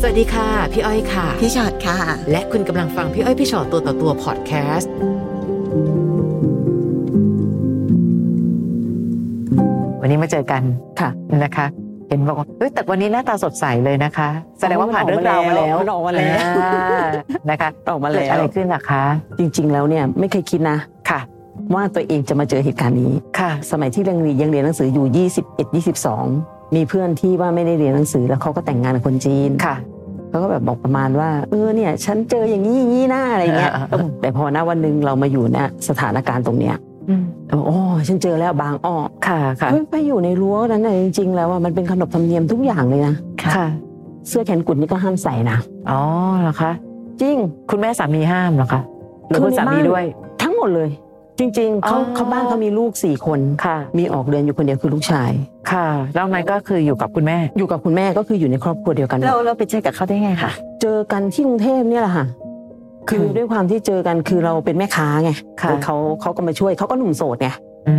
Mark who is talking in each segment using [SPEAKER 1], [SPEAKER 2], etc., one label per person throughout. [SPEAKER 1] สวัสดีค่ะ พี่อ้อยค่ะ
[SPEAKER 2] พี่ชอดค่ะ
[SPEAKER 1] และคุณกำลังฟังพี่อ้อยพี่ชอตตัวต่อตัวพอดแคสต์วันนี้มาเจอกัน
[SPEAKER 3] ค่ะ
[SPEAKER 1] นะคะ เห็นบอกว่าเอ้ยแต่วันนี้หน้าตาสดใสเลยนะคะ แสดงว่าผ่านเรื่องราวมาแล้ว
[SPEAKER 3] มันออกมาแล้ว
[SPEAKER 1] อ่านะคะ
[SPEAKER 3] ออกมา
[SPEAKER 1] เกิ
[SPEAKER 3] แล้
[SPEAKER 1] ดอะไร
[SPEAKER 3] ว
[SPEAKER 1] ขึ้นล่ะคะ
[SPEAKER 3] จริง ๆ แล้วเนี่ยไม่เคยคิดนะ
[SPEAKER 1] ค่ะ
[SPEAKER 3] ว่าตัวเองจะมาเจอเหตุการณ์นี้
[SPEAKER 1] ค่ะ
[SPEAKER 3] สมัยที่ยังเรียนยังเรียนหนังสืออยู่ 21 22 มีเพื่อนที่ว่าไม่ได้เรียนหนังสือแล้วเขาก็แต่งงานกับคนจีน
[SPEAKER 1] ค่ะ
[SPEAKER 3] เขาก็แบบบอกประมาณว่าเออเนี่ยฉันเจออย่างนี้อย่างนี้หน้าอะไรเงี้ย
[SPEAKER 1] เออเออเออ
[SPEAKER 3] แต่พอหน้าวันหนึ่งเรามาอยู่เนี่ยสถานการณ์ตรงเนี้ย
[SPEAKER 1] อืม
[SPEAKER 3] เราบอกอ๋อฉันเจอแล้วบางอ้อ
[SPEAKER 1] ค่ะค่ะ
[SPEAKER 3] เฮ้ยไปอยู่ในรั้วนั้นน่ะจริง ๆ แล้วอ่ะมันเป็นขนบธรรมเนียมทุกอย่างเลยนะ
[SPEAKER 1] ค่ะ
[SPEAKER 3] เสื้อแขนกุดนี่ก็ห้ามใส่นะ
[SPEAKER 1] อ๋อเหรอคะ
[SPEAKER 3] จริง
[SPEAKER 1] คุณแม่สามีห้ามเหรอคะหรือคุณสามีด้วย
[SPEAKER 3] ทั้งหมดเลย จริง ๆเขา
[SPEAKER 1] อ๋อ
[SPEAKER 3] เขาบ้านเขามีลูกสี่คน
[SPEAKER 1] ค่ะ
[SPEAKER 3] มีออกเดือนอยู่คนเดียวคือลูกชาย
[SPEAKER 1] ค่ะ แล้วนั้นก็คืออยู่กับคุณแม่
[SPEAKER 3] อยู่กับคุณแม่ก็คืออยู่ในครอบครัวเดียวกันหม
[SPEAKER 2] เรา
[SPEAKER 3] ด
[SPEAKER 2] เราไปเจอกับเขาได้ไงคะ
[SPEAKER 3] เจอกันที่กรุงเทพเนี่ยแหละค่ะ คือ
[SPEAKER 1] ค่ะ
[SPEAKER 3] ด้วยความที่เจอกันคือเราเป็นแม่ค้าไง
[SPEAKER 1] ค่ะ
[SPEAKER 3] แล้วเขาเขาก็มาช่วยเขาก็หนุ่มโสดไง
[SPEAKER 1] อื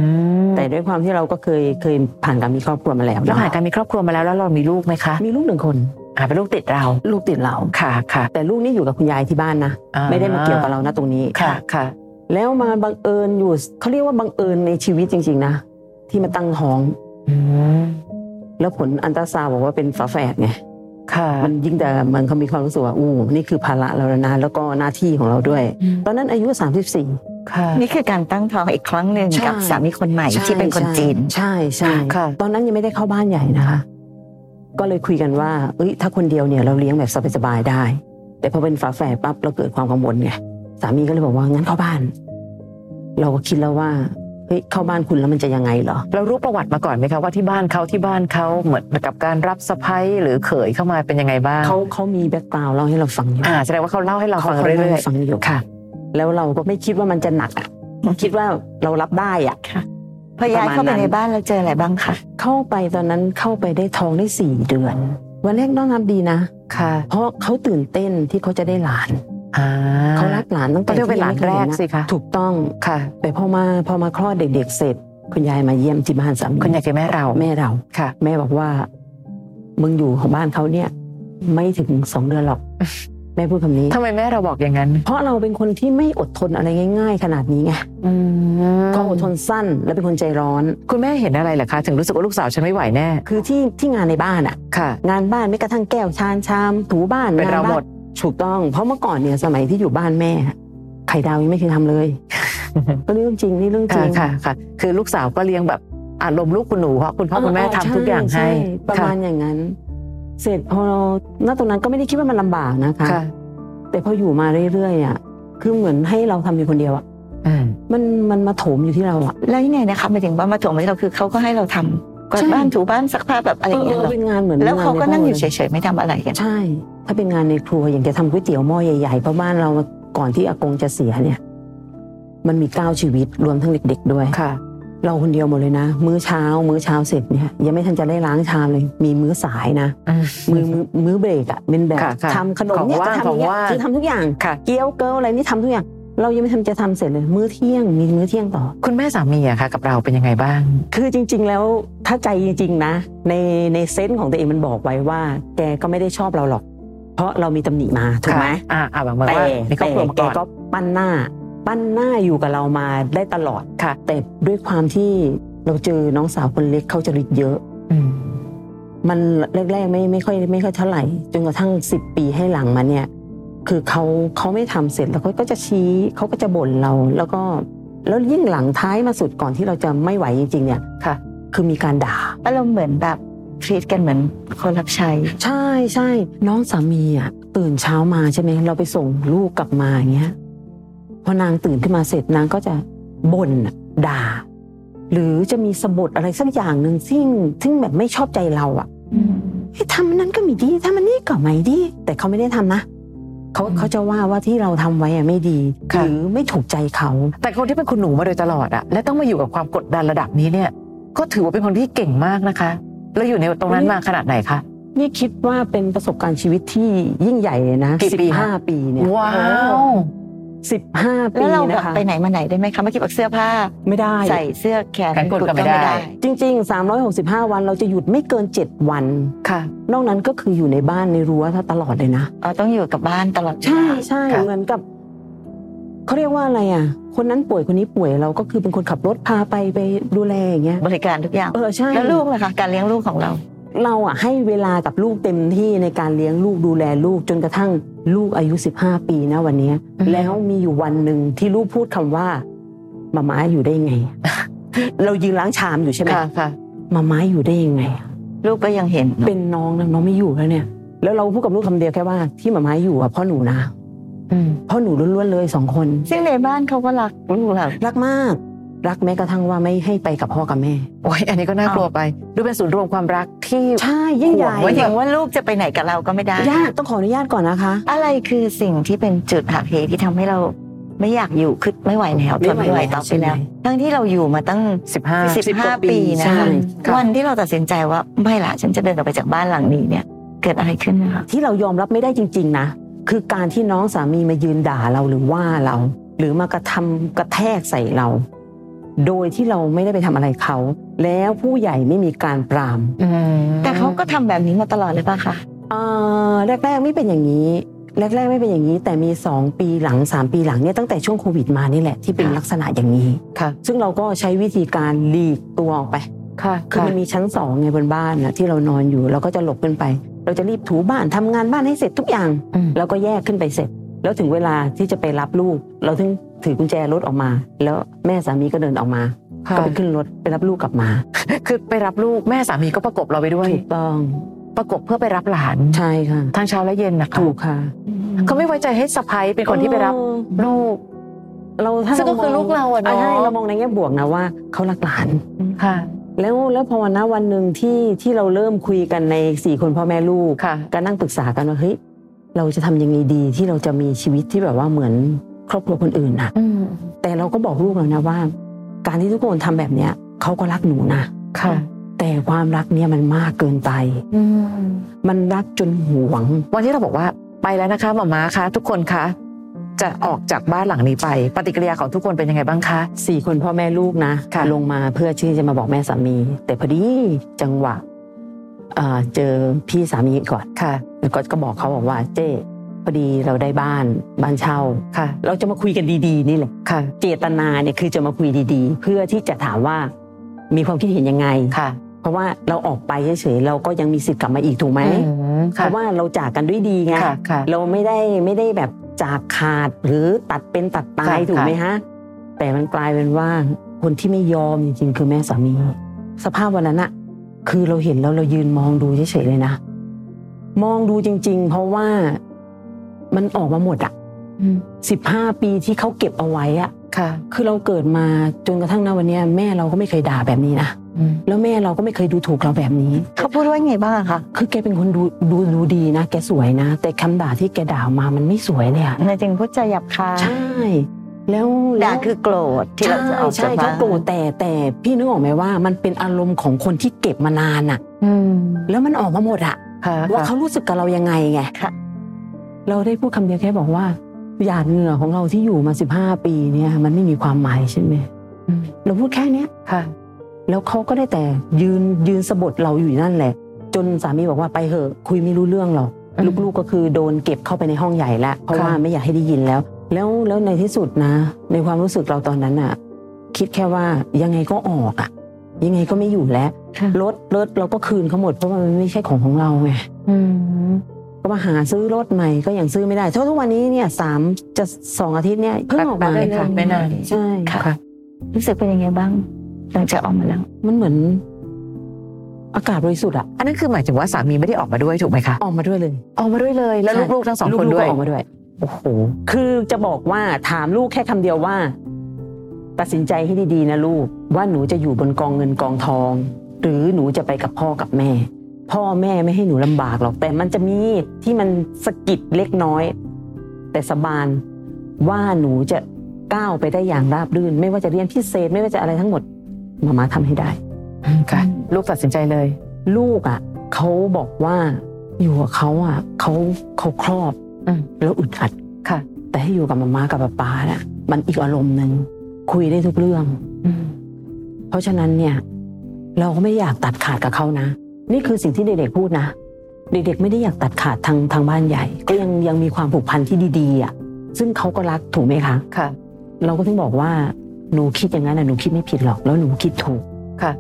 [SPEAKER 1] ม
[SPEAKER 3] แต่ด้วยความที่เราก็เคยเคยผ่านการมีครอบครัวมาแล้ว
[SPEAKER 1] แล้ว
[SPEAKER 3] เนาะ
[SPEAKER 1] ผ่านการมีครอบครัวมาแล้วแล้วเรามีลูกไหมคะ
[SPEAKER 3] มีลูกหนึ่งคน
[SPEAKER 1] อ่าเป็นลูกติดเรา
[SPEAKER 3] ลูกติดเรา
[SPEAKER 1] ค่ะค่ะ
[SPEAKER 3] แต่ลูกนี่อยู่กับคุณยายที่บ้านนะ
[SPEAKER 1] อ่
[SPEAKER 3] ไม่ได้มาเกี่ยวกับเรานะตรงนี้
[SPEAKER 1] ค่ะค่ะ
[SPEAKER 3] แล้วมาบังเอิญอยู่เขาเรียกว่าบังเอิญในชีวิตจริง ๆ นะที่มาตั้งท้อง
[SPEAKER 1] อืม
[SPEAKER 3] แล้วผลอันตราซาวด์บอกว่าเป็นฝาแฝดไง
[SPEAKER 1] ค่ะ
[SPEAKER 3] มันยิ่งแต่มันเขามีความรู้สึกว่าอู้นี่คือภาระเราแล้วนะแล้วก็หน้าที่ของเราด้วย
[SPEAKER 1] อืม
[SPEAKER 3] ตอนนั้นอายุ
[SPEAKER 1] ค่ะ
[SPEAKER 2] นี่คือการตั้งท้องอีกครั้งหนึ่ง
[SPEAKER 3] ใช่
[SPEAKER 2] กับสามีคนใหม่
[SPEAKER 3] 34
[SPEAKER 2] ที่เป็นคนจีน
[SPEAKER 3] ใช่ใช่
[SPEAKER 1] ค่ะ
[SPEAKER 3] ตอนนั้นยังไม่ได้เข้าบ้านใหญ่นะคะ ก็เลยคุยกันว่า เอ้ย ถ้าคนเดียวเนี่ยเราเลี้ยงแบบสบายๆได้ แต่พอเป็นฝาแฝดปั๊บเราเกิดความกังวลไงสามีก็เลยบอกว่างั้นเข้าบ้าน เราก็คิดแล้วว่าเฮ้ยเข้าบ้านคุณแล้วมันจะยังไงเหรอ
[SPEAKER 1] เรารู้ประวัติมาก่อนไหมคะว่าที่บ้านเขาที่บ้านเขาเหมือนกับการรับสะพ้ายหรือเขยเข้ามาเป็นยังไงบ้าง
[SPEAKER 3] เขาเขามีแบ็กกราวด์เล่าให้เราฟังอยู่
[SPEAKER 1] อ่าแสดงว่าเขาเล่าให้เราฟัง
[SPEAKER 3] เขา
[SPEAKER 1] เรื่อ
[SPEAKER 3] เล่า
[SPEAKER 1] ย
[SPEAKER 3] ให้ฟังอยู่
[SPEAKER 1] ๆค่ะ
[SPEAKER 3] แล้วเราก็ไม่คิดว่ามันจะหนักอ่ะ คิดว่าเรารับได้อ่ะ
[SPEAKER 2] พอย้ายเข้าไปในบ้านเราเจออะไรบ้างคะ
[SPEAKER 3] เข้าไปตอนนั้นเข้าไปได้ท้องได้สี่เดือน วันแรกน้องนับดีนะ
[SPEAKER 1] ค่ะ
[SPEAKER 3] เพราะเขาตื่นเต้นที่เขาจะได้หลาน
[SPEAKER 1] อ่า
[SPEAKER 3] เขารักหลานตั้งแต่
[SPEAKER 1] ต้องเรียกเป็นหลาน
[SPEAKER 3] ที่
[SPEAKER 1] แร
[SPEAKER 3] ยั
[SPEAKER 1] ก
[SPEAKER 3] งไม่เคยเห็นนะ
[SPEAKER 1] สิคะ
[SPEAKER 3] ถูกต้อง
[SPEAKER 1] ค่ะ
[SPEAKER 3] ไปพอมาพอมาคลอดเด็ก ๆ เสร็จ คุณยายมาเยี่ยมที่บ้านสามี
[SPEAKER 1] คุณยายคือแม่เรา
[SPEAKER 3] แม่เรา
[SPEAKER 1] ค่ะ
[SPEAKER 3] แม่บอกว่า มึงอยู่ของบ้านเขาเนี่ย ไม่ถึงสองเดือน หรอก แม่พูดคำนี้
[SPEAKER 1] ทำไมแม่เราบอกอย่างนั้น
[SPEAKER 3] เพราะเราเป็นคนที่ไม่อดทนอะไรง่าย ๆ ขนาดนี้ไงก็อดทนสั้นและเป็นคนใจร้อน
[SPEAKER 1] คุณแม่เห็นอะไรเหรอคะ ถึงรู้สึกว่าลูกสาวฉันไม่ไหวแน่
[SPEAKER 3] คือที่ที่งานในบ้านอะ
[SPEAKER 1] ค่ะ
[SPEAKER 3] งานบ้านไม่กระทั่งแก้วชานชามถูบ้าน
[SPEAKER 1] เป็น
[SPEAKER 3] ง
[SPEAKER 1] เราหมด
[SPEAKER 3] ถูกต้อง เพราะเมื่อก่อนเนี่ยสมัยที่อยู่บ้านแม่อะไข่ดาวยังไม่เคยทำเลย ก็เรื่องจริงนี่เรื่องจริ
[SPEAKER 1] ค่ะ
[SPEAKER 3] ง
[SPEAKER 1] ค่ะค่ะ คือลูกสาวก็เลี้ยงแบบอารมณ์ลูกคุณหนูเพราะคุณพ่อคุณแม่ทำทุกอย่างให้
[SPEAKER 3] ช่ช่ประมาณอย่างนั้น เสร็จพอเราณตรงนั้นก็ไม่ได้คิดว่ามันลำบากนะคะ
[SPEAKER 1] ค่ะ
[SPEAKER 3] แต่พออยู่มาเรื่อยๆอ่ะคือเหมือนให้เราทำอยู่คนเดียวอ่ะ
[SPEAKER 1] อืม
[SPEAKER 3] มันมันมาโถมอยู่ที่เราอ่ะ
[SPEAKER 2] แล้วยังไงนะคะหมายถึงว่ามาถงไว้เราคือเขาก็ให้เราทำกวาดบ้านถูบ้านซักผ้าแบบอะไรอย่างเงี้ย
[SPEAKER 3] เอ
[SPEAKER 2] เหร
[SPEAKER 3] อ
[SPEAKER 2] อ
[SPEAKER 3] เป็นงานเหมือน
[SPEAKER 2] แล้วเขาก็นั่งอยู่
[SPEAKER 3] ใ
[SPEAKER 2] เฉยๆไม่ทำอะไรกัน
[SPEAKER 3] ใช่ ถ้าเป็นงานในครัวอย่างจะทำก๋วยเตี๋ยวหม้อใหญ่ๆเพราะบ้านเราก่อนที่อากงจะเสียเนี่ย มันมีเก้าชีวิตรวมทั้งเด็ก ๆ ด้วย
[SPEAKER 1] ค่ะ
[SPEAKER 3] เราคนเดียวหมดเลยนะ มื้อเช้า มื้อเช้าเสร็จเนี่ยยังไม่ทันจะได้ล้างชามเลย มีมื้อสายนะมือมื้อมื้อเบรกอะเป็นแบบ
[SPEAKER 1] ค่ะค่ะ
[SPEAKER 3] ทำขนมเนี่ย
[SPEAKER 1] ของ
[SPEAKER 3] จะ
[SPEAKER 1] ว่างของว่า
[SPEAKER 3] ทำอย่างเงี้ย
[SPEAKER 1] ง
[SPEAKER 3] คือทำทุกอย่าง
[SPEAKER 1] ค่ะ
[SPEAKER 3] เกี๊ยวเกิลอะไรนี่ทำทุกอย่าง เรายังไม่ทันจะทำเสร็จเลย มื้อเที่ยงมีมื้อเที่ยงต่อ
[SPEAKER 1] คุณแม่สามีอะค่ะ กับเราเป็นยังไงบ้าง
[SPEAKER 3] คือจริง ๆ แล้วถ้าใจจริง ๆ นะ ในในเซนส์ของตัวเองมันบอกไว้ว่า แกก็ไม่ได้ชอบเราหรอก เพราะเรามีตำหนิมาถูกไหม
[SPEAKER 1] ค่ะอ่าอ่าแบบเหมือน
[SPEAKER 3] แต่
[SPEAKER 1] ว่ามีครอ
[SPEAKER 3] แต่
[SPEAKER 1] บครัวมา
[SPEAKER 3] แก
[SPEAKER 1] ก่อน
[SPEAKER 3] ก็ปั้นหน้า ปั้นหน้าอยู่กับเรามาได้ตลอด
[SPEAKER 1] ค่ะ
[SPEAKER 3] แต่ด้วยความที่เราเจอน้องสาวคนเล็กเขาจะริดเยอะ
[SPEAKER 1] อืม
[SPEAKER 3] มันแรกๆไม่ไม่ค่อยไม่ค่อยเท่าไหร่จนกระทั่งสิบปีให้หลังมาเนี่ย คือเขาเขาไม่ทำเสร็จแล้วเขาก็จะชี้เขาก็จะบ่นเรา แล้วก็แล้วยิ่งหลังท้ายมาสุดก่อนที่เราจะไม่ไหวจริง ๆ เนี่ย
[SPEAKER 1] ค่ะ
[SPEAKER 3] คือมีการด่า
[SPEAKER 2] อารมณ์เหมือนแบบทรีตกันเหมือนคนรับใช้
[SPEAKER 3] ใช่ใช่น้องสามีอ่ะตื่นเช้ามาใช่ไหมเราไปส่งลูกกลับมาอย่างเงี้ยพอนางตื่นขึ้นมาเสร็จนางก็จะบ่นอะด่า หรือจะมีสะบดอะไรสักอย่างหนึ่งซึ่งซึ่งแบบไม่ชอบใจเราอ่ะเฮ้ยทำอันนั้นก็ไม่ดีทำอันนี้ก็ไม่ดี แต่เขาไม่ได้ทำนะเขา
[SPEAKER 1] อืม
[SPEAKER 3] เขาจะว่าว่าที่เราทำไว้อะไม่ดี
[SPEAKER 1] ค่ะ
[SPEAKER 3] หรือไม่ถูกใจเขา
[SPEAKER 1] แต่คนที่เป็นคุณหนูมาโดยตลอดอะและต้องมาอยู่กับความกดดันระดับนี้เนี่ย ก็ถือว่าเป็นคนที่เก่งมากนะคะ แล้วอยู่ในตรงนั้นมาขนาดไหนคะ
[SPEAKER 3] นี่คิดว่าเป็นประสบการณ์ชีวิตที่ยิ่งใหญ่เลยนะ
[SPEAKER 1] กี่ปี
[SPEAKER 3] สิบห้า
[SPEAKER 1] คะ
[SPEAKER 3] ปีเนี่ย
[SPEAKER 1] ว้า
[SPEAKER 2] โอ้
[SPEAKER 1] ว
[SPEAKER 2] โห
[SPEAKER 3] สิบห้าปี
[SPEAKER 2] แล้วเราแบ
[SPEAKER 3] นะ
[SPEAKER 2] บ
[SPEAKER 3] คะ
[SPEAKER 2] ไปไหนมาไหนได้ไหมคะเมื่อกี้บอกเสื้อผ้า
[SPEAKER 3] ไม่ได้
[SPEAKER 2] ใส่เสื้อแขน
[SPEAKER 1] แขนกุดก็ไม่ได้
[SPEAKER 3] จริง ๆ 365 วันเราจะหยุดไม่เกิน 7 วัน
[SPEAKER 1] ค่ะ
[SPEAKER 3] นอกนั้นก็คืออยู่ในบ้านในรั้วถ้าตลอดเลยนะ
[SPEAKER 2] อ๋อต้องอยู่กับบ้านตลอดเวลา
[SPEAKER 3] ใช่ใช่
[SPEAKER 1] ค่ะ
[SPEAKER 3] เหมือนกับเขาเรียกว่าอะไรอ่ะ คนนั้นป่วยคนนี้ป่วยเราก็คือเป็นคนขับรถพาไปไปดูแลอย่างเงี้ย
[SPEAKER 2] บริการทุกอย่าง
[SPEAKER 3] เออใช่
[SPEAKER 2] แล้วลูกล่ะคะการเลี้ยงลูกของเรา
[SPEAKER 3] เราอ่ะให้เวลากับลูกเต็มที่ในการเลี้ยงลูกดูแลลูกจนกระทั่งลูกอายุ 15 ปีนะวันเนี้ย
[SPEAKER 2] อืม
[SPEAKER 3] แล้วมีอยู่วันหนึ่งที่ลูกพูดคำว่ามาม้าอยู่ได้ยังไง เรายืนล้างชามอยู่ใช่ไหม
[SPEAKER 1] ค่ะค่ะ
[SPEAKER 3] มาม้าอยู่ได้ยังไง
[SPEAKER 2] ลูกก็ยังเห็นเนอะ
[SPEAKER 3] เป็นน้องนะน้องไม่อยู่แล้วเนี่ย แล้วเราพูดกับลูกคำเดียวแค่ว่าที่หมาม้าอยู่อ่ะพ่อหนูนะ
[SPEAKER 1] อืม
[SPEAKER 3] พ่อหนูล้วนๆเลยสองคน
[SPEAKER 2] ซึ่งในบ้านเขาก็รักลูกเรา
[SPEAKER 3] รักมาก รักแม้กระทั่งว่าไม่ให้ไปกับพ่อกับแม่
[SPEAKER 1] โอ้ยอันนี้ก็น่ากลัวไป ดูเป็นศูนย์รวมความรักที่
[SPEAKER 3] ใช่ยิ่งใหญ่
[SPEAKER 1] ห่
[SPEAKER 2] หมายถึ
[SPEAKER 1] ไง
[SPEAKER 2] งว่าลูกจะไปไหนกับเราก็ไม่ได้
[SPEAKER 3] ยากต้องขออนุญาตก่อนนะคะ
[SPEAKER 2] อะไรคือสิ่งที่เป็นจุดหักเหที่ทำให้เราไม่อยากอยู่คือไม่ไหวแล้วทนไม่ไหวต่อไป
[SPEAKER 3] ใช่หม
[SPEAKER 2] แล้ว ทั้งที่เราอยู่มาตั้ง
[SPEAKER 1] สิบห้า
[SPEAKER 2] 15 ปีนะ
[SPEAKER 3] ใช่
[SPEAKER 2] คะ
[SPEAKER 1] ค่ะ
[SPEAKER 2] วันที่เราตัดสินใจว่าไม่ละฉันจะเดินออกไปจากบ้านหลังนี้เนี่ย เกิดอะไรขึ้นนะคะ
[SPEAKER 3] ที่เรายอมรับไม่ได้จริง ๆ นะ คือการที่น้องสามีมายืนด่าเราหรือว่าเรา หรือมากระทำกระแทกใส่เรา โดยที่เราไม่ได้ไปทำอะไรเขา แล้วผู้ใหญ่ไม่มีการปราม
[SPEAKER 1] อืม
[SPEAKER 2] แต่เขาก็ทำแบบนี้มาตลอดเลยป่ะคะ
[SPEAKER 3] เอ่อแรกๆไม่เป็นอย่างนี้ แรกๆไม่เป็นอย่างนี้ แต่มี 2 ปีหลัง 3 ปีหลังเนี่ยตั้งแต่ช่วงโควิดมานี่แหละที่เป็นลักษณะอย่างนี้
[SPEAKER 1] ค่ะ
[SPEAKER 3] ซึ่งเราก็ใช้วิธีการหลีกตัวออกไป
[SPEAKER 1] ค่ะ
[SPEAKER 3] คือมันมีชั้นสองไงบนบ้านนะที่เรานอนอยู่เราก็จะหลบขึ้นไป เราจะรีบถูบ้านทำงานบ้านให้เสร็จทุกอย่าง
[SPEAKER 1] อืม
[SPEAKER 3] แล้วก็แยกขึ้นไปเสร็จ แล้วถึงเวลาที่จะไปรับลูก เราถึงถือกุญแจรถออกมา แล้วแม่สามีก็เดินออกมา
[SPEAKER 1] ค่ะ
[SPEAKER 3] ก็ไปขึ้นรถไปรับลูกกลับมา
[SPEAKER 1] คือไปรับลูกแม่สามีก็ประกบเราไปด้วย
[SPEAKER 3] ถูกต้อง
[SPEAKER 1] ประกบเพื่อไปรับหลาน
[SPEAKER 3] ใช่ค่ะ
[SPEAKER 1] ทั้งเช้าและเย็นนะคะ
[SPEAKER 3] ถูกค่ะ
[SPEAKER 1] เขาไม่ไว้ใจให้สะพ้ยเป็นคนที่ไปรับ
[SPEAKER 3] เออ
[SPEAKER 1] ลูก
[SPEAKER 3] เราถ้า
[SPEAKER 1] ซึ่งก็คือลูกเราอะ
[SPEAKER 3] อ่ะ
[SPEAKER 1] เนาะ
[SPEAKER 3] ใช่เรามองในแง่บวกนะว่าเขารักหลาน
[SPEAKER 1] ค่ะ
[SPEAKER 3] แล้วแล้วพอวันนะวันหนึ่งที่ที่เราเริ่มคุยกันในสี่คนพ่อแม่ลูก
[SPEAKER 1] ค่ะ
[SPEAKER 3] ก็นั่งปรึกษากันว่าเฮ้ยเราจะทำยังไงดีที่เราจะมีชีวิตที่แบบว่าเหมือนครอบครัวคนอื่นนะ
[SPEAKER 1] อืม
[SPEAKER 3] แต่เราก็บอกลูกเรานะว่า การที่ทุกคนทำแบบเนี้ยเขาก็รักหนูนะ
[SPEAKER 1] ค่ะ
[SPEAKER 3] แต่ความรักเนี่ยมันมากเกินไป
[SPEAKER 1] อืม
[SPEAKER 3] มันรักจนหวง
[SPEAKER 1] วันที่เราบอกว่าไปแล้วนะคะหมอม้าคะทุกคนคะจะออกจากบ้านหลังนี้ไป ปฏิกิริยาของทุกคนเป็นยังไงบ้างคะ
[SPEAKER 3] สี่คนพ่อแม่ลูกนะ
[SPEAKER 1] ค่ะ
[SPEAKER 3] ลงมาเพื่อที่จะมาบอกแม่สามี แต่พอดีจังหวะเอ่อเจอพี่สามีก่อน
[SPEAKER 1] ค่ะ
[SPEAKER 3] แล้วก็ก็บอกเขาบอกว่าเจ้พอดีเราได้บ้านบ้านเช่า
[SPEAKER 1] ค่ะ
[SPEAKER 3] เราจะมาคุยกันดีๆนี่แหละ
[SPEAKER 1] ค่ะ
[SPEAKER 3] เจตนาเนี่ยคือจะมาคุยดีๆ เพื่อที่จะถามว่ามีความคิดเห็นยังไง
[SPEAKER 1] ค่ะ
[SPEAKER 3] เพราะว่าเราออกไปเฉยๆเราก็ยังมีสิทธิ์กลับมาอีกถูกไหม
[SPEAKER 1] อืม
[SPEAKER 3] เพ
[SPEAKER 1] ค่ะ
[SPEAKER 3] ราะว่าเราจากกันด้วยดีไง
[SPEAKER 1] ค่ะค่ะ
[SPEAKER 3] เราไม่ได้ไม่ได้แบบจากขาดหรือตัดเป็นตัดตาย
[SPEAKER 1] ค่ะ
[SPEAKER 3] ถูกไหมฮะแต่มันกลายเป็นว่าคนที่ไม่ยอมจริงๆคือแม่สามี สภาพวันนั้นอะคือเราเห็นแล้วเรายืนมองดูเฉยๆเลยนะ มองดูจริง ๆ เพราะว่ามันออกมาหมดอะ
[SPEAKER 1] อืม
[SPEAKER 3] สิบห้าปีที่เขาเก็บเอาไว้อะ
[SPEAKER 1] ค่ะ
[SPEAKER 3] คือเราเกิดมาจนกระทั่งณวันเนี้ยแม่เราก็ไม่เคยด่าแบบนี้นะ
[SPEAKER 1] อืม
[SPEAKER 3] แล้วแม่เราก็ไม่เคยดูถูกเราแบบนี้
[SPEAKER 2] เขาพูดว่าไงบ้างอะคะ
[SPEAKER 3] คือแกเป็นคนดูดูดูดีนะ แกสวยนะ แต่คำด่าที่แกด่ามามันไม่สวยเลยอะ
[SPEAKER 2] ในจริงพูดจาหยาบคาย
[SPEAKER 3] ใช่ แล้วแล้ว
[SPEAKER 2] ด่าคือโกรธที่เราจะออก
[SPEAKER 3] ใช่
[SPEAKER 2] จาก
[SPEAKER 3] ใช่
[SPEAKER 2] บ้า
[SPEAKER 3] เขา
[SPEAKER 2] น
[SPEAKER 3] โกรธแต่แต่พี่นึกออกไหมว่า มันเป็นอารมณ์ของคนที่เก็บมานานอะ
[SPEAKER 1] อืม
[SPEAKER 3] แล้วมันออกมาหมดอะ
[SPEAKER 1] ค่ะ
[SPEAKER 3] ว่า
[SPEAKER 1] ค่ะ
[SPEAKER 3] เขารู้สึกกับเรายังไงไง
[SPEAKER 2] ค่ะ
[SPEAKER 3] เราได้พูดคำเดียวแค่บอกว่าหยาดเหงื่อของเราที่อยู่มา15ปีเนี่ยมันไม่มีความหมายใช่ไหม
[SPEAKER 1] อืม
[SPEAKER 3] เราพูดแค่เนี้ย
[SPEAKER 1] ค่ะ
[SPEAKER 3] แล้วเขาก็ได้แต่ยืนยืนสะบดเราอยู่นั่นแหละ จนสามีบอกว่าไปเหอะ คุยไม่รู้เรื่องหรอก
[SPEAKER 1] อืม
[SPEAKER 3] ลูกๆก็คือโดนเก็บเข้าไปในห้องใหญ่แล้วเพราะ
[SPEAKER 1] ค่ะ
[SPEAKER 3] ว่าไม่อยากให้ได้ยินแล้ว แล้วแล้วในที่สุดนะ ในความรู้สึกเราตอนนั้นอะคิดแค่ว่ายังไงก็ออกอะยังไงก็ไม่อยู่แล้ว
[SPEAKER 2] ค่ะ
[SPEAKER 3] รถรถเราก็คืนเขาหมดเพราะว่ามันไม่ใช่ของของเราไง
[SPEAKER 1] อืม
[SPEAKER 3] ก็มาหาซื้อรถใหม่ก็ยังซื้อไม่ได้เพราะทุกวันนี้เนี่ยสามจะสองอาทิตย์เนี่ยเพิ่งออกมา
[SPEAKER 1] แป๊บๆเลยค่ะไม่นาน
[SPEAKER 3] ใช่
[SPEAKER 1] ค่ะ
[SPEAKER 2] รู้สึกเป็นยังไงบ้างหลังจากออกมาแล้ว
[SPEAKER 3] มันเหมือน อากาศบริสุทธิ์อะ
[SPEAKER 1] อันนั้นคือหมายถึงว่าสามีไม่ได้ออกมาด้วยถูกไหมคะ
[SPEAKER 3] ออกมาด้วยเลย
[SPEAKER 1] ออกมาด้วยเลยแล้ว
[SPEAKER 3] ใช่
[SPEAKER 1] ลูกๆทั้งสองคนด้วย
[SPEAKER 3] ลูกๆก็ออกมาด้วย
[SPEAKER 1] โอ้โห
[SPEAKER 3] คือจะบอกว่าถามลูกแค่คำเดียวว่า ตัดสินใจให้ดีๆนะลูก ว่าหนูจะอยู่บนกองเงินกองทอง หรือหนูจะไปกับพ่อกับแม่ พ่อแม่ไม่ให้หนูลำบากหรอก แต่มันจะมีที่มันสะกิดเล็กน้อย แต่สบานว่าหนูจะก้าวไปได้อย่างราบรื่น ไม่ว่าจะเรียนพิเศษไม่ว่าจะอะไรทั้งหมดมามาทำให้ได้
[SPEAKER 1] ค่ะ ลูกตัดสินใจเลย
[SPEAKER 3] ลูกอ่ะเขาบอกว่าอยู่กับเขาอ่ะเขาเขาครอบ
[SPEAKER 1] อืม
[SPEAKER 3] แล้วอึดอัด
[SPEAKER 1] ค่ะ
[SPEAKER 3] แต่ให้อยู่กับมาม่ากับป๊าป๊าน่ะมันอีกอารมณ์หนึ่งคุยได้ทุกเรื่อง
[SPEAKER 1] อืม
[SPEAKER 3] เพราะฉะนั้นเนี่ย เราก็ไม่อยากตัดขาดกับเขานะ นี่คือสิ่งที่เด็กๆพูดนะ เด็กๆไม่ได้อยากตัดขาดทางทางบ้านใหญ่ ก็ยังยังมีความผูกพันที่ดีๆอ่ะซึ่งเขาก็รักถูกไหมคะ
[SPEAKER 1] ค่ะ
[SPEAKER 3] เราก็ถึงบอกว่าหนูคิดอย่างนั้นนะหนูคิดไม่ผิดหรอกแล้วหนูคิดถูก
[SPEAKER 1] ค่ะ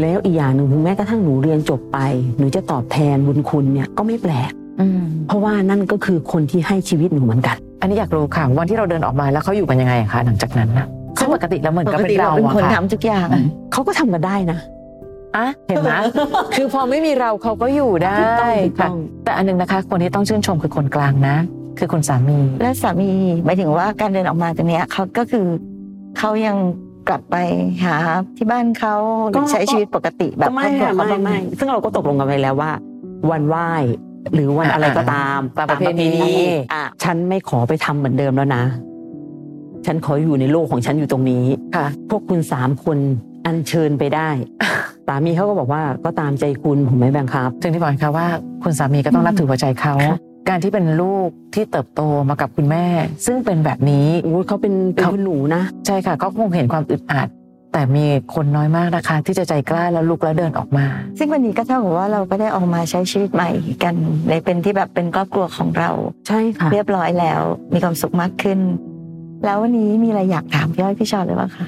[SPEAKER 3] แล้วอีกอย่างหนึ่งถึงแม้กระทั่งหนูเรียนจบไป หนูจะตอบแทนบุญคุณเนี่ยก็ไม่แปลก
[SPEAKER 1] อืม
[SPEAKER 3] เพราะว่านั่นก็คือคนที่ให้ชีวิตหนูเหมือนกัน
[SPEAKER 1] อันนี้อยากรู้ค่ะวันที่เราเดินออกมาแล้วเขาอยู่กันยังไงอะคะหลังจากนั้นนะเขาปกติแล้วเหมือน
[SPEAKER 2] ป
[SPEAKER 1] กับ
[SPEAKER 2] ก
[SPEAKER 1] เป็
[SPEAKER 2] ติ
[SPEAKER 1] นเรา
[SPEAKER 2] เราเป็น
[SPEAKER 1] อะ
[SPEAKER 2] คน
[SPEAKER 1] ค่ะ
[SPEAKER 2] ทำทุกอย่าง
[SPEAKER 3] เขาก็ทำกันได้นะ
[SPEAKER 1] อ่ะเห็นไหม คือพอไม่มีเราเขาก็อยู่ได้
[SPEAKER 3] ถูกต้องถูกต้
[SPEAKER 1] ค่ะ
[SPEAKER 3] อง
[SPEAKER 1] แต่อันหนึงนะคะ คนที่ต้องชื่นชมคือคนกลางนะ คือคุณสามี
[SPEAKER 2] และสามีหมายถึงว่าการเดินออกมาตรงเนี้ยเขาก็คือเขายังกลับไปหาที่บ้านเขาหรือ
[SPEAKER 3] ก็
[SPEAKER 2] ใช้ชีวิตปกติแบบครอบครัวเขาบ้างไหม
[SPEAKER 3] ซึ่งเราก็ตกลงกันไปแล้วว่า วันไหว้หรือวัน
[SPEAKER 1] อ่า
[SPEAKER 3] อะไรก็ตาม
[SPEAKER 1] ตามประเพณี
[SPEAKER 3] อ่ะฉันไม่ขอไปทำเหมือนเดิมแล้วนะ ฉันขออยู่ในโลกของฉันอยู่ตรงนี้
[SPEAKER 1] ค่ะ
[SPEAKER 3] พวกคุณสามคนอัญเชิญไป ได้ สามีเขาก็บอกว่าก็ตามใจคุณผมไม่บังคับ
[SPEAKER 1] ถึงที่บอกนะคะว่าคุณสามีก็ต้องนับถือหัวใจเขา
[SPEAKER 3] ค่ะ
[SPEAKER 1] การที่เป็นลูกที่เติบโตมากับคุณแม่ ซึ่งเป็นแบบนี้
[SPEAKER 3] โอ้ยเขาเป็นเป็น
[SPEAKER 1] เขา
[SPEAKER 3] คุณหนูนะ
[SPEAKER 1] ใช่ค่ะ ก็คงเห็นความอึดอัด แต่มีคนน้อยมากนะคะ ที่จะใจกล้าแล้วลุกแล้วเดินออกมา
[SPEAKER 2] ซึ่งวันนี้ก็เท่ากับว่าเราก็ได้ออกมาใช้ชีวิตใหม่กันในเป็นที่แบบเป็นครอบครัวของเรา
[SPEAKER 3] ใช่ค่ะ
[SPEAKER 2] เรียบร้อยแล้ว มีความสุขมากขึ้น แล้ววันนี้มีอะไรอยากถามพี่อ้อยพี่ชอตหรือเปล่าคะ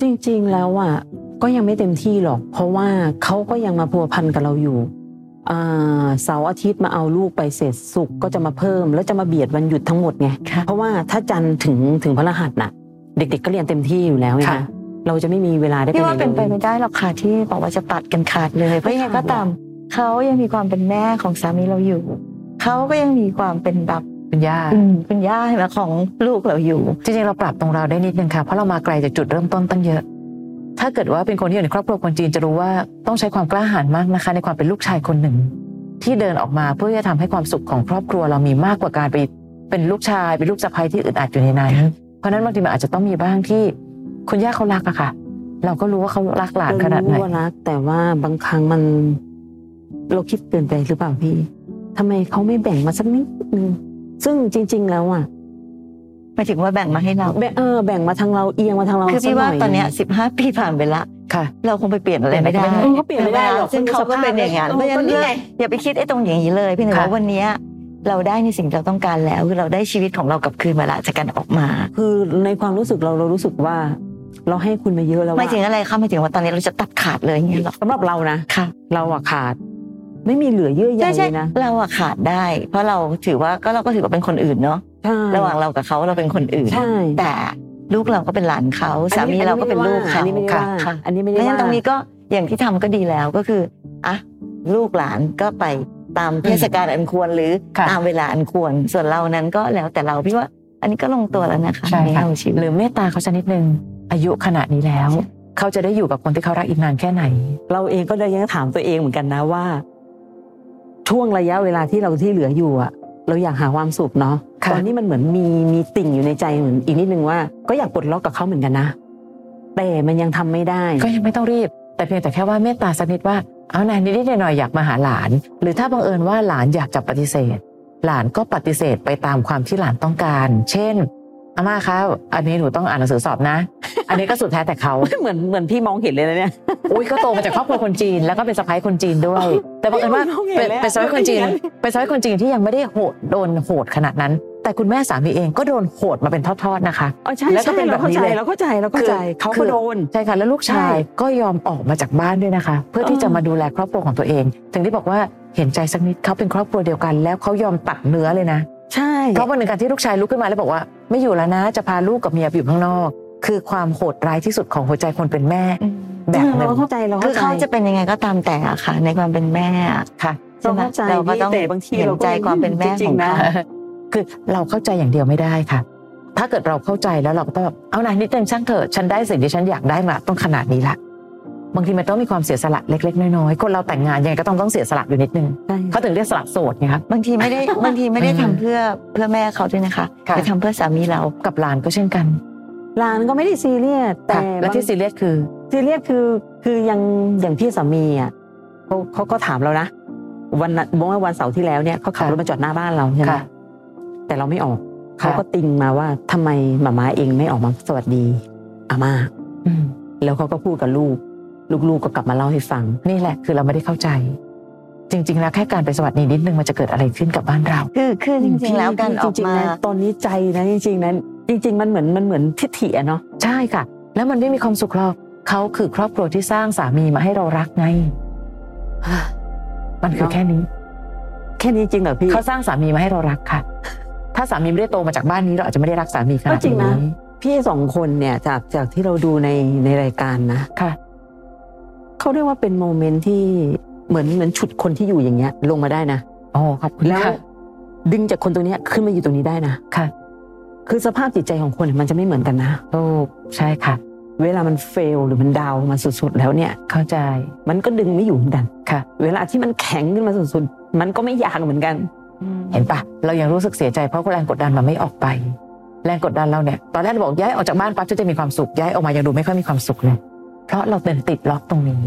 [SPEAKER 3] จริงๆแล้วอ่ะก็ยังไม่เต็มที่หรอก เพราะว่าเขาก็ยังมาพัวพันกับเราอยู่อ่าเสาร์อาทิตย์มาเอาลูกไปเสร็จสุกร์ก็จะมาเพิ่ม แล้วจะมาเบียดวันหยุดทั้งหมดไง
[SPEAKER 2] ค่ะ
[SPEAKER 3] เพราะว่าถ้าจันทร์ถึงถึงพฤหัสน่ะ เด็กๆก็เรียนเต็มที่อยู่แล้วไง
[SPEAKER 1] ค่ะ
[SPEAKER 3] คะเราจะไม่มีเวลาได้
[SPEAKER 2] พี่ว่าเป็นไป
[SPEAKER 3] ลย
[SPEAKER 2] ไม่ได้หรอกค่ะที่บอกว่าจะปัดกันขาดเลยเพราะยังไงก็ตามเขายังมีความเป็นแม่ของสามีเราอยู่เขาก็ยังมีความเป็นแบบ
[SPEAKER 1] คุณย่า
[SPEAKER 2] อืมเป็นย่านะของลูกเราอยู่
[SPEAKER 1] จริงๆเราปรับตรงเราได้นิดนึงค่ะ เพราะเรามาไกลจากจุดเริ่มต้นตั้งเยอะ ถ้าเกิดว่าเป็นคนที่อยู่ในครอบครัวคนจีนจะรู้ว่าต้องใช้ความกล้าหาญมากนะคะ ในความเป็นลูกชายคนหนึ่ง ที่เดินออกมาเพื่อจะทำให้ความสุขของครอบครัวเรามีมากกว่าการไปเป็นลูกชายเป็นลูกสะใภ้ที่อึดอัดอยู่ในนั้น เพราะฉะนั้นบางทีมันอาจจะต้องมีบ้างที่คุณย่าเขารักอะค่ะ เราก็รู้ว่าเขารักหลานขนาดไหน
[SPEAKER 3] เรรู้ว่ารักแต่ว่าบางครั้งมัน เราคิดเกินไปหรือเปล่าพี่ทำไมเขาไม่แบ่งมาสักนิดนึงซึ่งจริง ๆ แล้วอ่ะ
[SPEAKER 2] ไม่ถึงว่าแบ่งมาให้เรา
[SPEAKER 3] แบ่งเออแบ่งมาทางเราเอียงมาทางเรา
[SPEAKER 2] คือ
[SPEAKER 3] สัก
[SPEAKER 2] พี่
[SPEAKER 3] ห
[SPEAKER 2] ว่า
[SPEAKER 3] น่ย
[SPEAKER 2] ตอนเนี้ยสิบห้าปีผ่านไปละ
[SPEAKER 1] ค่ะ
[SPEAKER 2] เราคงไปเปลี่ยนอะไรไม่ได้
[SPEAKER 1] เปลี่ยนอะไร
[SPEAKER 3] เออก็เปลี่ยนไม่ได้หรอก
[SPEAKER 2] ซึ่งเขาก็เป็นอย่างนั้นเพราะฉะนั้นเนี่ยอย่าไปคิดไอ้ตรงอย่างนี้เลยพี่หนึ่ง
[SPEAKER 1] ค่ะ
[SPEAKER 2] ว่าวันเนี้ยเราได้ในสิ่งที่เราต้องการแล้วคือเราได้ชีวิตของเรากลับคืนมาละจากการออกมา
[SPEAKER 3] คือในความรู้สึกเราเรารู้สึกว่า เราให้คุณมาเยอะแล้ว
[SPEAKER 2] ไม่
[SPEAKER 3] ว่า
[SPEAKER 2] ถึงอะไรคะไม่ถึงว่าตอนนี้เราจะตัดขาดเลยอย่างเงี้ยหรอก
[SPEAKER 3] สำหรับเรานะ
[SPEAKER 2] ค่ะ
[SPEAKER 3] เราอะขาด ไม่มีเหลือเยื่อใย
[SPEAKER 2] ใช่ใช่
[SPEAKER 3] เลยนะ
[SPEAKER 2] เราอะขาดได้ เพราะเราถือว่าก็เราก็ถือว่าเป็นคนอื่นเนาะ
[SPEAKER 3] ใช่
[SPEAKER 2] ระหว่างเรากับเขาเราเป็นคนอื่น
[SPEAKER 3] ใช่
[SPEAKER 2] แต่ลูกเราก็เป็นหลานเขาสามีเราก็เป็นลูก
[SPEAKER 3] อั
[SPEAKER 2] เขา
[SPEAKER 3] นนี้ไม่ได้
[SPEAKER 2] ค่ะ
[SPEAKER 3] ว่า
[SPEAKER 2] ค่ะ
[SPEAKER 3] อันนี้ไม่
[SPEAKER 2] เพ
[SPEAKER 3] ได้
[SPEAKER 2] ราะฉะ
[SPEAKER 3] ว่า
[SPEAKER 2] นั้นตรงนี้ก็อย่างที่ทำก็ดีแล้วก็คืออ่ะลูกหลานก็ไปตามเทศกาลอันควรหรือ
[SPEAKER 1] ค่ะ
[SPEAKER 2] ตามเวลาอันควร ส่วนเรานั้นก็แล้วแต่เราพี่ว่า อันนี้ก็ลงตัวแล้วนะคะ
[SPEAKER 1] ใช่ค่ะ
[SPEAKER 2] นเราชีวิต
[SPEAKER 1] หรือเมตตาเขาชนิดนึงอายุขนาดนี้แล้ว เขาจะได้อยู่กับคนที่เขารักอีกนานแค่ไหน
[SPEAKER 3] เราเองก็เลยยังถามตัวเองเหมือนกันนะว่า ช่วงระยะเวลาที่เราที่เหลืออยู่อะเราอยากหาความสุขเนาะ
[SPEAKER 1] ค่ะ
[SPEAKER 3] ตอนนี้มันเหมือนมีมีติ่งอยู่ในใจเหมือนอีกนิดนึงว่า ก็อยากปลดล็อกกับเขาเหมือนกันนะแต่มันยังทำไม่ได้
[SPEAKER 1] ก็ยังไม่ต้องรีบ แต่เพียงแต่แค่ว่าเมตตาสักนิดว่าเอานายนิดๆหน่อยๆอยากมาหาหลาน หรือถ้าบังเอิญว่าหลานอยากจะปฏิเสธ หลานก็ปฏิเสธไปตามความที่หลานต้องการ เช่นอาม่าครับอันนี้หนูต้องอ่านหนังสือสอบนะ อันนี้ก็สุดแท้แต่เขา
[SPEAKER 3] เหมือนเหมือนพี่มองเห็นเลยนะเนี่ย
[SPEAKER 1] อุ้ยก็โตมาจากครอบครัวคนจีนแล้วก็เป็นสะพ้ายคนจีนด้วย แต่บังเอิญว่า
[SPEAKER 3] ไม่ต้องเห็น
[SPEAKER 1] เป็น
[SPEAKER 3] แล้ว
[SPEAKER 1] เป็นสะพ้ายคนจีน
[SPEAKER 3] ไม่ต้องเห็
[SPEAKER 1] เป็นสะพ้ายคนจีนที่ยังไม่ได้โหดโดนโหดขนาดนั้น แต่คุณแม่สามีเองก็โดนโหดมาเป็นทอดๆนะคะ
[SPEAKER 3] อ๋อใช่
[SPEAKER 1] แล้วก็
[SPEAKER 3] ใช่
[SPEAKER 1] เป็นแบบ
[SPEAKER 3] เข้า
[SPEAKER 1] นี้
[SPEAKER 3] ใจ
[SPEAKER 1] เลย
[SPEAKER 3] เราเข้าใจเราเข้าใจ
[SPEAKER 1] คือ
[SPEAKER 3] เขา
[SPEAKER 1] คื
[SPEAKER 3] ก็
[SPEAKER 1] อ
[SPEAKER 3] โดน
[SPEAKER 1] ใช่ค่ะแล้วลูกชายก็ยอมออกมาจากบ้านด้วยนะคะ เพื่อที่
[SPEAKER 3] เออ
[SPEAKER 1] จะมาดูแลครอบครัวของตัวเอง ถึงที่บอกว่าเห็นใจสักนิดเขาเป็นครอบครัวเดียวกัน แล้วเขายอมตัดเนื้อเลยนะ
[SPEAKER 3] ใช่
[SPEAKER 1] เพราะวันหนึ่งการที่ลูกชายลุกขึ้นมาแล้วบอกว่า ไม่อยู่แล้วนะจะพาลูกกับเมียไปอยู่ข้างนอก คือความโหดร้ายที่สุดของหัวใจคนเป็นแม่ แบบหนึง
[SPEAKER 3] เราเข้าใจเรา
[SPEAKER 2] คื
[SPEAKER 3] เข้า
[SPEAKER 2] อ
[SPEAKER 3] ใจ
[SPEAKER 2] เขาจะเป็นยังไงก็ตามแต่อะค่ะ ในความเป็นแม่อะ
[SPEAKER 1] ค่ะ
[SPEAKER 2] ใช่ไหม
[SPEAKER 3] เข้าใจ
[SPEAKER 2] เราก็
[SPEAKER 3] พี่
[SPEAKER 2] ต้อง
[SPEAKER 3] แต่บางที
[SPEAKER 2] เห็น
[SPEAKER 3] เราก็
[SPEAKER 2] ใจความเป็นแม่
[SPEAKER 3] จริ
[SPEAKER 2] ของ
[SPEAKER 3] ๆนะ
[SPEAKER 2] เขา
[SPEAKER 1] คือเราเข้าใจอย่างเดียวไม่ได้ค่ะ ถ้าเกิดเราเข้าใจแล้วเราก็ต้องแบบเอานะนิดนึงช่างเถอะฉันได้สิ่งที่ฉันอยากได้มาต้องขนาดนี้ละบางทีมันต้องมีความเสียสละเล็ก ๆ น้อยๆคนเราแต่งงานยังไงก็ต้องต้องเสียสละอยู่นิดนึง
[SPEAKER 3] ใช่
[SPEAKER 1] เขาถึงเรียกสละโสดไงครับ
[SPEAKER 2] บางทีไม่ ได้บางทีไม่ได้
[SPEAKER 1] อืม
[SPEAKER 2] ทำเพื่อเพื่อแม่เขาด้วยนะคะ
[SPEAKER 1] ค่ะ
[SPEAKER 2] แต่ทำเพื่อสามีเรา
[SPEAKER 1] กับหลานก็เช่นกัน
[SPEAKER 3] หลานก็ไม่ได้ซีเรียสแต่
[SPEAKER 1] ค่ะและที่ซีเรียสคือ
[SPEAKER 3] ซีเรียสคือคือยังอย่างพี่สามีอ่ะเขาเขาก็ถามเรานะวันนั้นเมื่อวันเสาร์ที่แล้วเนี่ยเขาขับ
[SPEAKER 1] ค่ะ
[SPEAKER 3] รถมาจอดหน้าบ้านเราใช่ไหม
[SPEAKER 1] ค่ะ
[SPEAKER 3] แต่เราไม่ออก เขาก็ติงมาว่าทำไมหมาม้าเองไม่ออกมาสวัสดีอาม่า
[SPEAKER 1] อืม
[SPEAKER 3] แล้วเขาก็พูดกับลูก ลูกๆก็กลับมาเล่าให้ฟัง
[SPEAKER 1] นี่แหละคือเราไม่ได้เข้าใจ จริง ๆ แล้วแค่การไปสวัสดีนิดนึงมันจะเกิดอะไรขึ้นกับบ้านเรา
[SPEAKER 2] คือคือจริง ๆ แล้วการออก
[SPEAKER 3] จริง
[SPEAKER 2] มา
[SPEAKER 3] ๆนะตอนนี้ใจนะจริงๆนะจริง ๆ มันเหมือนมันเหมือนทิฐิอะเนาะ
[SPEAKER 1] ใช่ค่ะ แล้วมันไม่มีความสุขหรอกเขาคือครอบครัวที่สร้างสามีมาให้เรารักไง มันคือแค่นี้
[SPEAKER 3] แค่นี้จริงเหรอพี่
[SPEAKER 1] เขาสร้างสามีมาให้เรารักค่ะ ถ้าสามีไม่ได้โตมาจากบ้านนี้เราอาจจะไม่ได้รักสามีขนาด
[SPEAKER 3] ก็จริงนะ
[SPEAKER 1] นี้
[SPEAKER 3] พี่สองคนเนี่ยจากจากที่เราดูในในรายการนะ
[SPEAKER 1] ค่ะ
[SPEAKER 3] เขาเรียกว่าเป็นโมเมนต์ที่เหมือนเหมือนฉุดคนที่อยู่อย่างเงี้ย ลงมาได้นะ
[SPEAKER 1] โอ้ขอบคุณ
[SPEAKER 3] แล้ว
[SPEAKER 1] ค่ะ
[SPEAKER 3] ดึงจากคนตรงเนี้ยขึ้นมาอยู่ตรงนี้ได้นะ
[SPEAKER 1] ค่ะ
[SPEAKER 3] คือสภาพจิตใจของคนเนี่ยมันจะไม่เหมือนกันนะ
[SPEAKER 1] ถูกใช่ค่ะ
[SPEAKER 3] เวลามันเฟลหรือมันดาวมาสุดๆแล้วเนี่ย
[SPEAKER 1] เข้าใจ
[SPEAKER 3] มันก็ดึงไม่อยู่เหมือนกัน
[SPEAKER 1] ค่ะ
[SPEAKER 3] เวลาที่มันแข็งขึ้นมาสุดๆมันก็ไม่อยากเหมือนกัน
[SPEAKER 1] เห็นปะเรายังรู้สึกเสียใจเพราะแรงกดดันมันไม่ออกไป แรงกดดันเราเนี่ย ตอนแรกเราบอกย้ายออกจากบ้านปั๊บจะมีความสุข ย้ายออกมายังดูไม่ค่อยมีความสุขเลย เพราะเราเป็นติดล็อกตรงนี้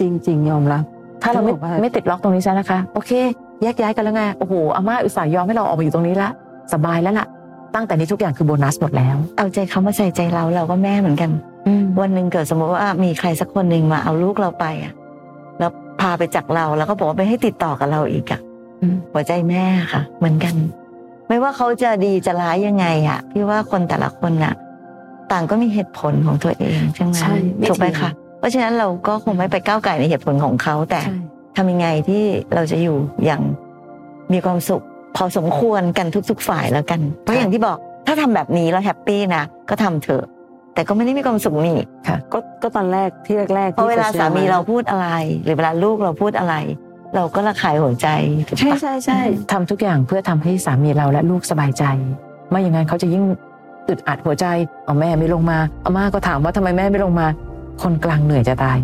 [SPEAKER 3] จริง ๆ ยอมรับ
[SPEAKER 1] ถ้าเราไม่
[SPEAKER 3] จะบอกว่า
[SPEAKER 1] ไม่ติดล็อกตรงนี้ซะนะคะ โอเคแยกย้ายกันแล้วไง โอ้โห อาม่าอุตส่าห์ยอมให้เราออกมาอยู่ตรงนี้ละ สบายแล้วล่ะ ตั้งแต่นี้ทุกอย่างคือโบนัสหมดแล้ว
[SPEAKER 2] เอาใจเขามาใส่ใจเราเราก็แม่เหมือนกัน วันหนึ่งเกิดสมมติว่ามีใครสักคนหนึ่งมาเอาลูกเราไปอ่ะแล้วพาไปจากเราแล้วก็บอกว่าไม่ให้ติดต่อกับเราอีกอ่ะ
[SPEAKER 1] อืม
[SPEAKER 2] หัวใจแม่ค่ะ เหมือนกัน ไม่ว่าเขาจะดีจะร้ายยังไงอ่ะพี่ว่าคนแต่ละคนน่ะ ต่างก็มีเหตุผลของตัวเองใช่ไหม
[SPEAKER 3] ใช่ไม่
[SPEAKER 2] ถูกไหม
[SPEAKER 3] เถียง
[SPEAKER 2] คะเพราะฉะนั้นเราก็คงไม่ไปก้าวไก่ายในเหตุผลของเขาแต่ ทำยังไงที่เราจะอยู่อย่างมีความสุข พอสมควรกันทุก ๆ ฝ่ายแล้วกัน เพราะอย่างที่บอกถ้าทำแบบนี้แล้วแฮปปี้นะก็ทำเถอะ แต่ก็ไม่ได้มีความสุขนี่
[SPEAKER 3] ก็ก็ตอนแรกที่แรกๆ
[SPEAKER 2] เพราะ
[SPEAKER 3] ที่
[SPEAKER 2] เวลา
[SPEAKER 3] จะชื่อ
[SPEAKER 2] สามี
[SPEAKER 3] ไห
[SPEAKER 2] เราพูดอะไร หรือเวลาลูกเราพูดอะไร เราก็ระคายหัวใจถูก
[SPEAKER 3] ใช่
[SPEAKER 2] ปะ
[SPEAKER 3] ใช่ใช่
[SPEAKER 1] ทำทุกอย่างเพื่อทำให้สามีเราและลูกสบายใจ ไม่อย่างนั้นเขาจะยิ่งอึดอัดหัวใจ เอาแม่ไม่ลงมาอาม่าก็ถามว่าทำไมแม่ไม่ลงมา คนกลางเหนื่อยจะตาย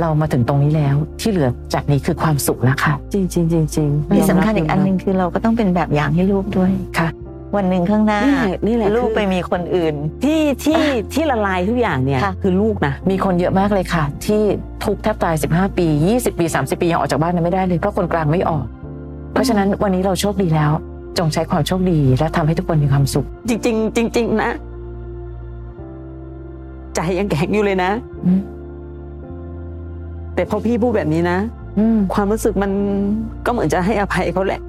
[SPEAKER 1] เรามาถึงตรงนี้แล้ว ที่เหลือจากนี้คือความสุขแล้วค่ะ
[SPEAKER 3] จริงจริงจริงจริง
[SPEAKER 2] มีสำคัญอีกอันหนึ่งคือเราก็ต้องเป็นแบบอย่างให้ลูกด้วย
[SPEAKER 1] ค่ะ
[SPEAKER 2] วันหนึ่งข้างหน้า
[SPEAKER 3] นี่แหละนี่แหละ
[SPEAKER 2] ลูกไปมีคนอื่น
[SPEAKER 3] ที่ที่ที่ละลายทุกอย่างเนี่ย
[SPEAKER 2] ค่ะ
[SPEAKER 3] คือลูกนะ
[SPEAKER 1] มีคนเยอะมากเลยค่ะ ที่ทุกข์แทบตาย 15 ปี 20 ปี 30 ปียังออกจากบ้านไม่ได้เลยเพราะคนกลางไม่ออก เพราะฉะนั้นวันนี้เราโชคดีแล้ว จงใช้ความโชคดีและทำให้ทุกคนมีความสุข
[SPEAKER 3] จริงจริงๆจริง ๆ นะ ใจยังแข็งอยู่เลยนะ
[SPEAKER 1] อืม
[SPEAKER 3] แต่พอพี่พูดแบบนี้นะ
[SPEAKER 1] อืม
[SPEAKER 3] ความรู้สึกมันก็เหมือนจะให้อภัยเขาแหละ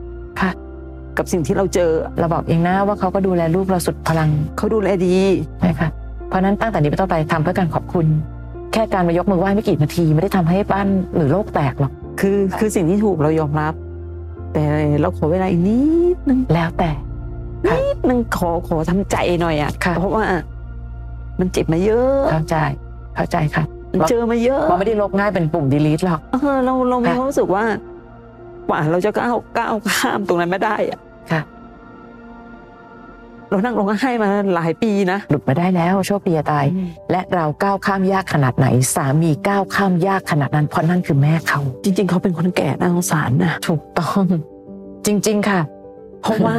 [SPEAKER 1] ค่ะ
[SPEAKER 3] กับสิ่งที่เราเจอ
[SPEAKER 1] เราบอกเองนะว่าเขาก็ดูแลลูกเราสุดพลัง
[SPEAKER 3] เขาดูแลดี
[SPEAKER 1] นะคะเพราะฉะนั้นตั้งแต่นี้เป็นต้นไปทำเพื่อการขอบคุณ แค่การมายกมือไหว้ไม่กี่นาทีไม่ได้ทำให้บ้านหรือโลกแตกหรอก
[SPEAKER 3] คือคือสิ่งที่ถูกเรายอมรับ แต่เราขอเวลาอีกนิดนึง
[SPEAKER 1] แล้วแต่
[SPEAKER 3] นิดนึงขอขอทำใจหน่อยอ่ะ
[SPEAKER 1] ค่ะ
[SPEAKER 3] เพราะว่า มันเจ็บมาเยอะ
[SPEAKER 1] เข้าใจ เข้าใจค่ะ
[SPEAKER 3] มันเจอมาเยอะ
[SPEAKER 1] มันไม่ได้ลบง่ายเป็นปุ่ม delete หรอก
[SPEAKER 3] เออเราเรามี
[SPEAKER 1] ค่ะ
[SPEAKER 3] ความรู้สึกว่ากว่าเราจะก้าวก้าวข้ามตรงนั้นไม่ได้อ่ะ
[SPEAKER 1] ค่ะ
[SPEAKER 3] เรานั่งร้องไห้มาหลายปีนะ
[SPEAKER 1] หลุดมาได้แล้วโชคดีจะตาย และเราก้าวข้ามยากขนาดไหน สามีก้าวข้ามยากขนาดนั้น เพราะนั่นคือแม่เขา
[SPEAKER 3] จริง ๆ เขาเป็นคนแก่น่าสงสารนะ
[SPEAKER 1] ถูกต้อง จริง ๆ ค่ะ
[SPEAKER 3] เพราะว่า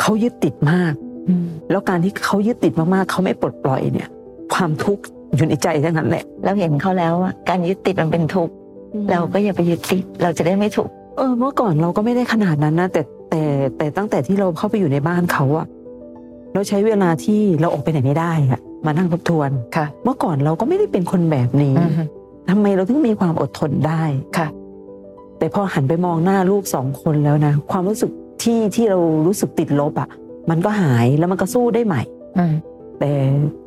[SPEAKER 3] เขายึดติดมาก
[SPEAKER 1] อืม
[SPEAKER 3] แล้วการที่เขายึดติดมากๆเขาไม่ปลดปล่อยเนี่ย ความทุกข์อยู่ในใจทั้งนั้นแหละ
[SPEAKER 2] เราเห็นเขาแล้วอะการยึดติดมันเป็นทุกข์เราก็อย่าไปยึดติดเราจะได้ไม่ถูกข์
[SPEAKER 3] เออเมื่อก่อนเราก็ไม่ได้ขนาดนั้นนะแต่แต่แต่ตั้งแต่ที่เราเข้าไปอยู่ในบ้านเขาอะเราใช้เวลาที่เราออกไปไหนไม่ได้อะมานั่งทบทวน
[SPEAKER 1] ค่ะ
[SPEAKER 3] เมื่อก่อนเราก็ไม่ได้เป็นคนแบบนี้
[SPEAKER 1] อืม
[SPEAKER 3] ทำไมเราถึงมีความอดทนได้
[SPEAKER 1] ค่ะ
[SPEAKER 3] แต่พอหันไปมองหน้าลูกสองคนแล้วนะ ความรู้สึกที่ที่เรารู้สึกติดลบอะมันก็หายแล้วมันก็สู้ได้ใหม่
[SPEAKER 1] อืม
[SPEAKER 3] แต่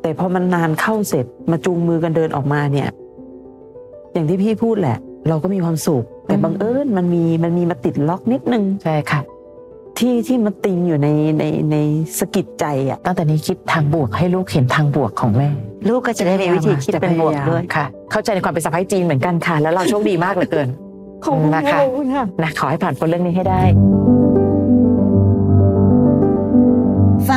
[SPEAKER 3] แต่พอมันนานเข้าเสร็จมาจูงมือกันเดินออกมาเนี่ย อย่างที่พี่พูดแหละ เราก็มีความสุข แต่บังเอิญมันมีมันมีมาติดล็อกนิดนึง
[SPEAKER 1] ใช่ค่ะ
[SPEAKER 3] ที่ที่มาติงอยู่ในในในสะกิดใจอ่ะ
[SPEAKER 1] ตั้งแต่นี้คิดทางบวกให้ลูกเห็นทางบวกของแม่
[SPEAKER 2] ลูกก็จะได้มีวิธีคิดเป็นบวกด้วย
[SPEAKER 1] ค่ะ เข้าใจในความเป็นสะพ้ายจีนเหมือนกันค่ะ แล้วเราโชคดีมากเหลือเกิน ขอบคุณนะคะ นะขอให้ผ่านพ้นเรื่องนี้ให้ได้
[SPEAKER 4] ฟั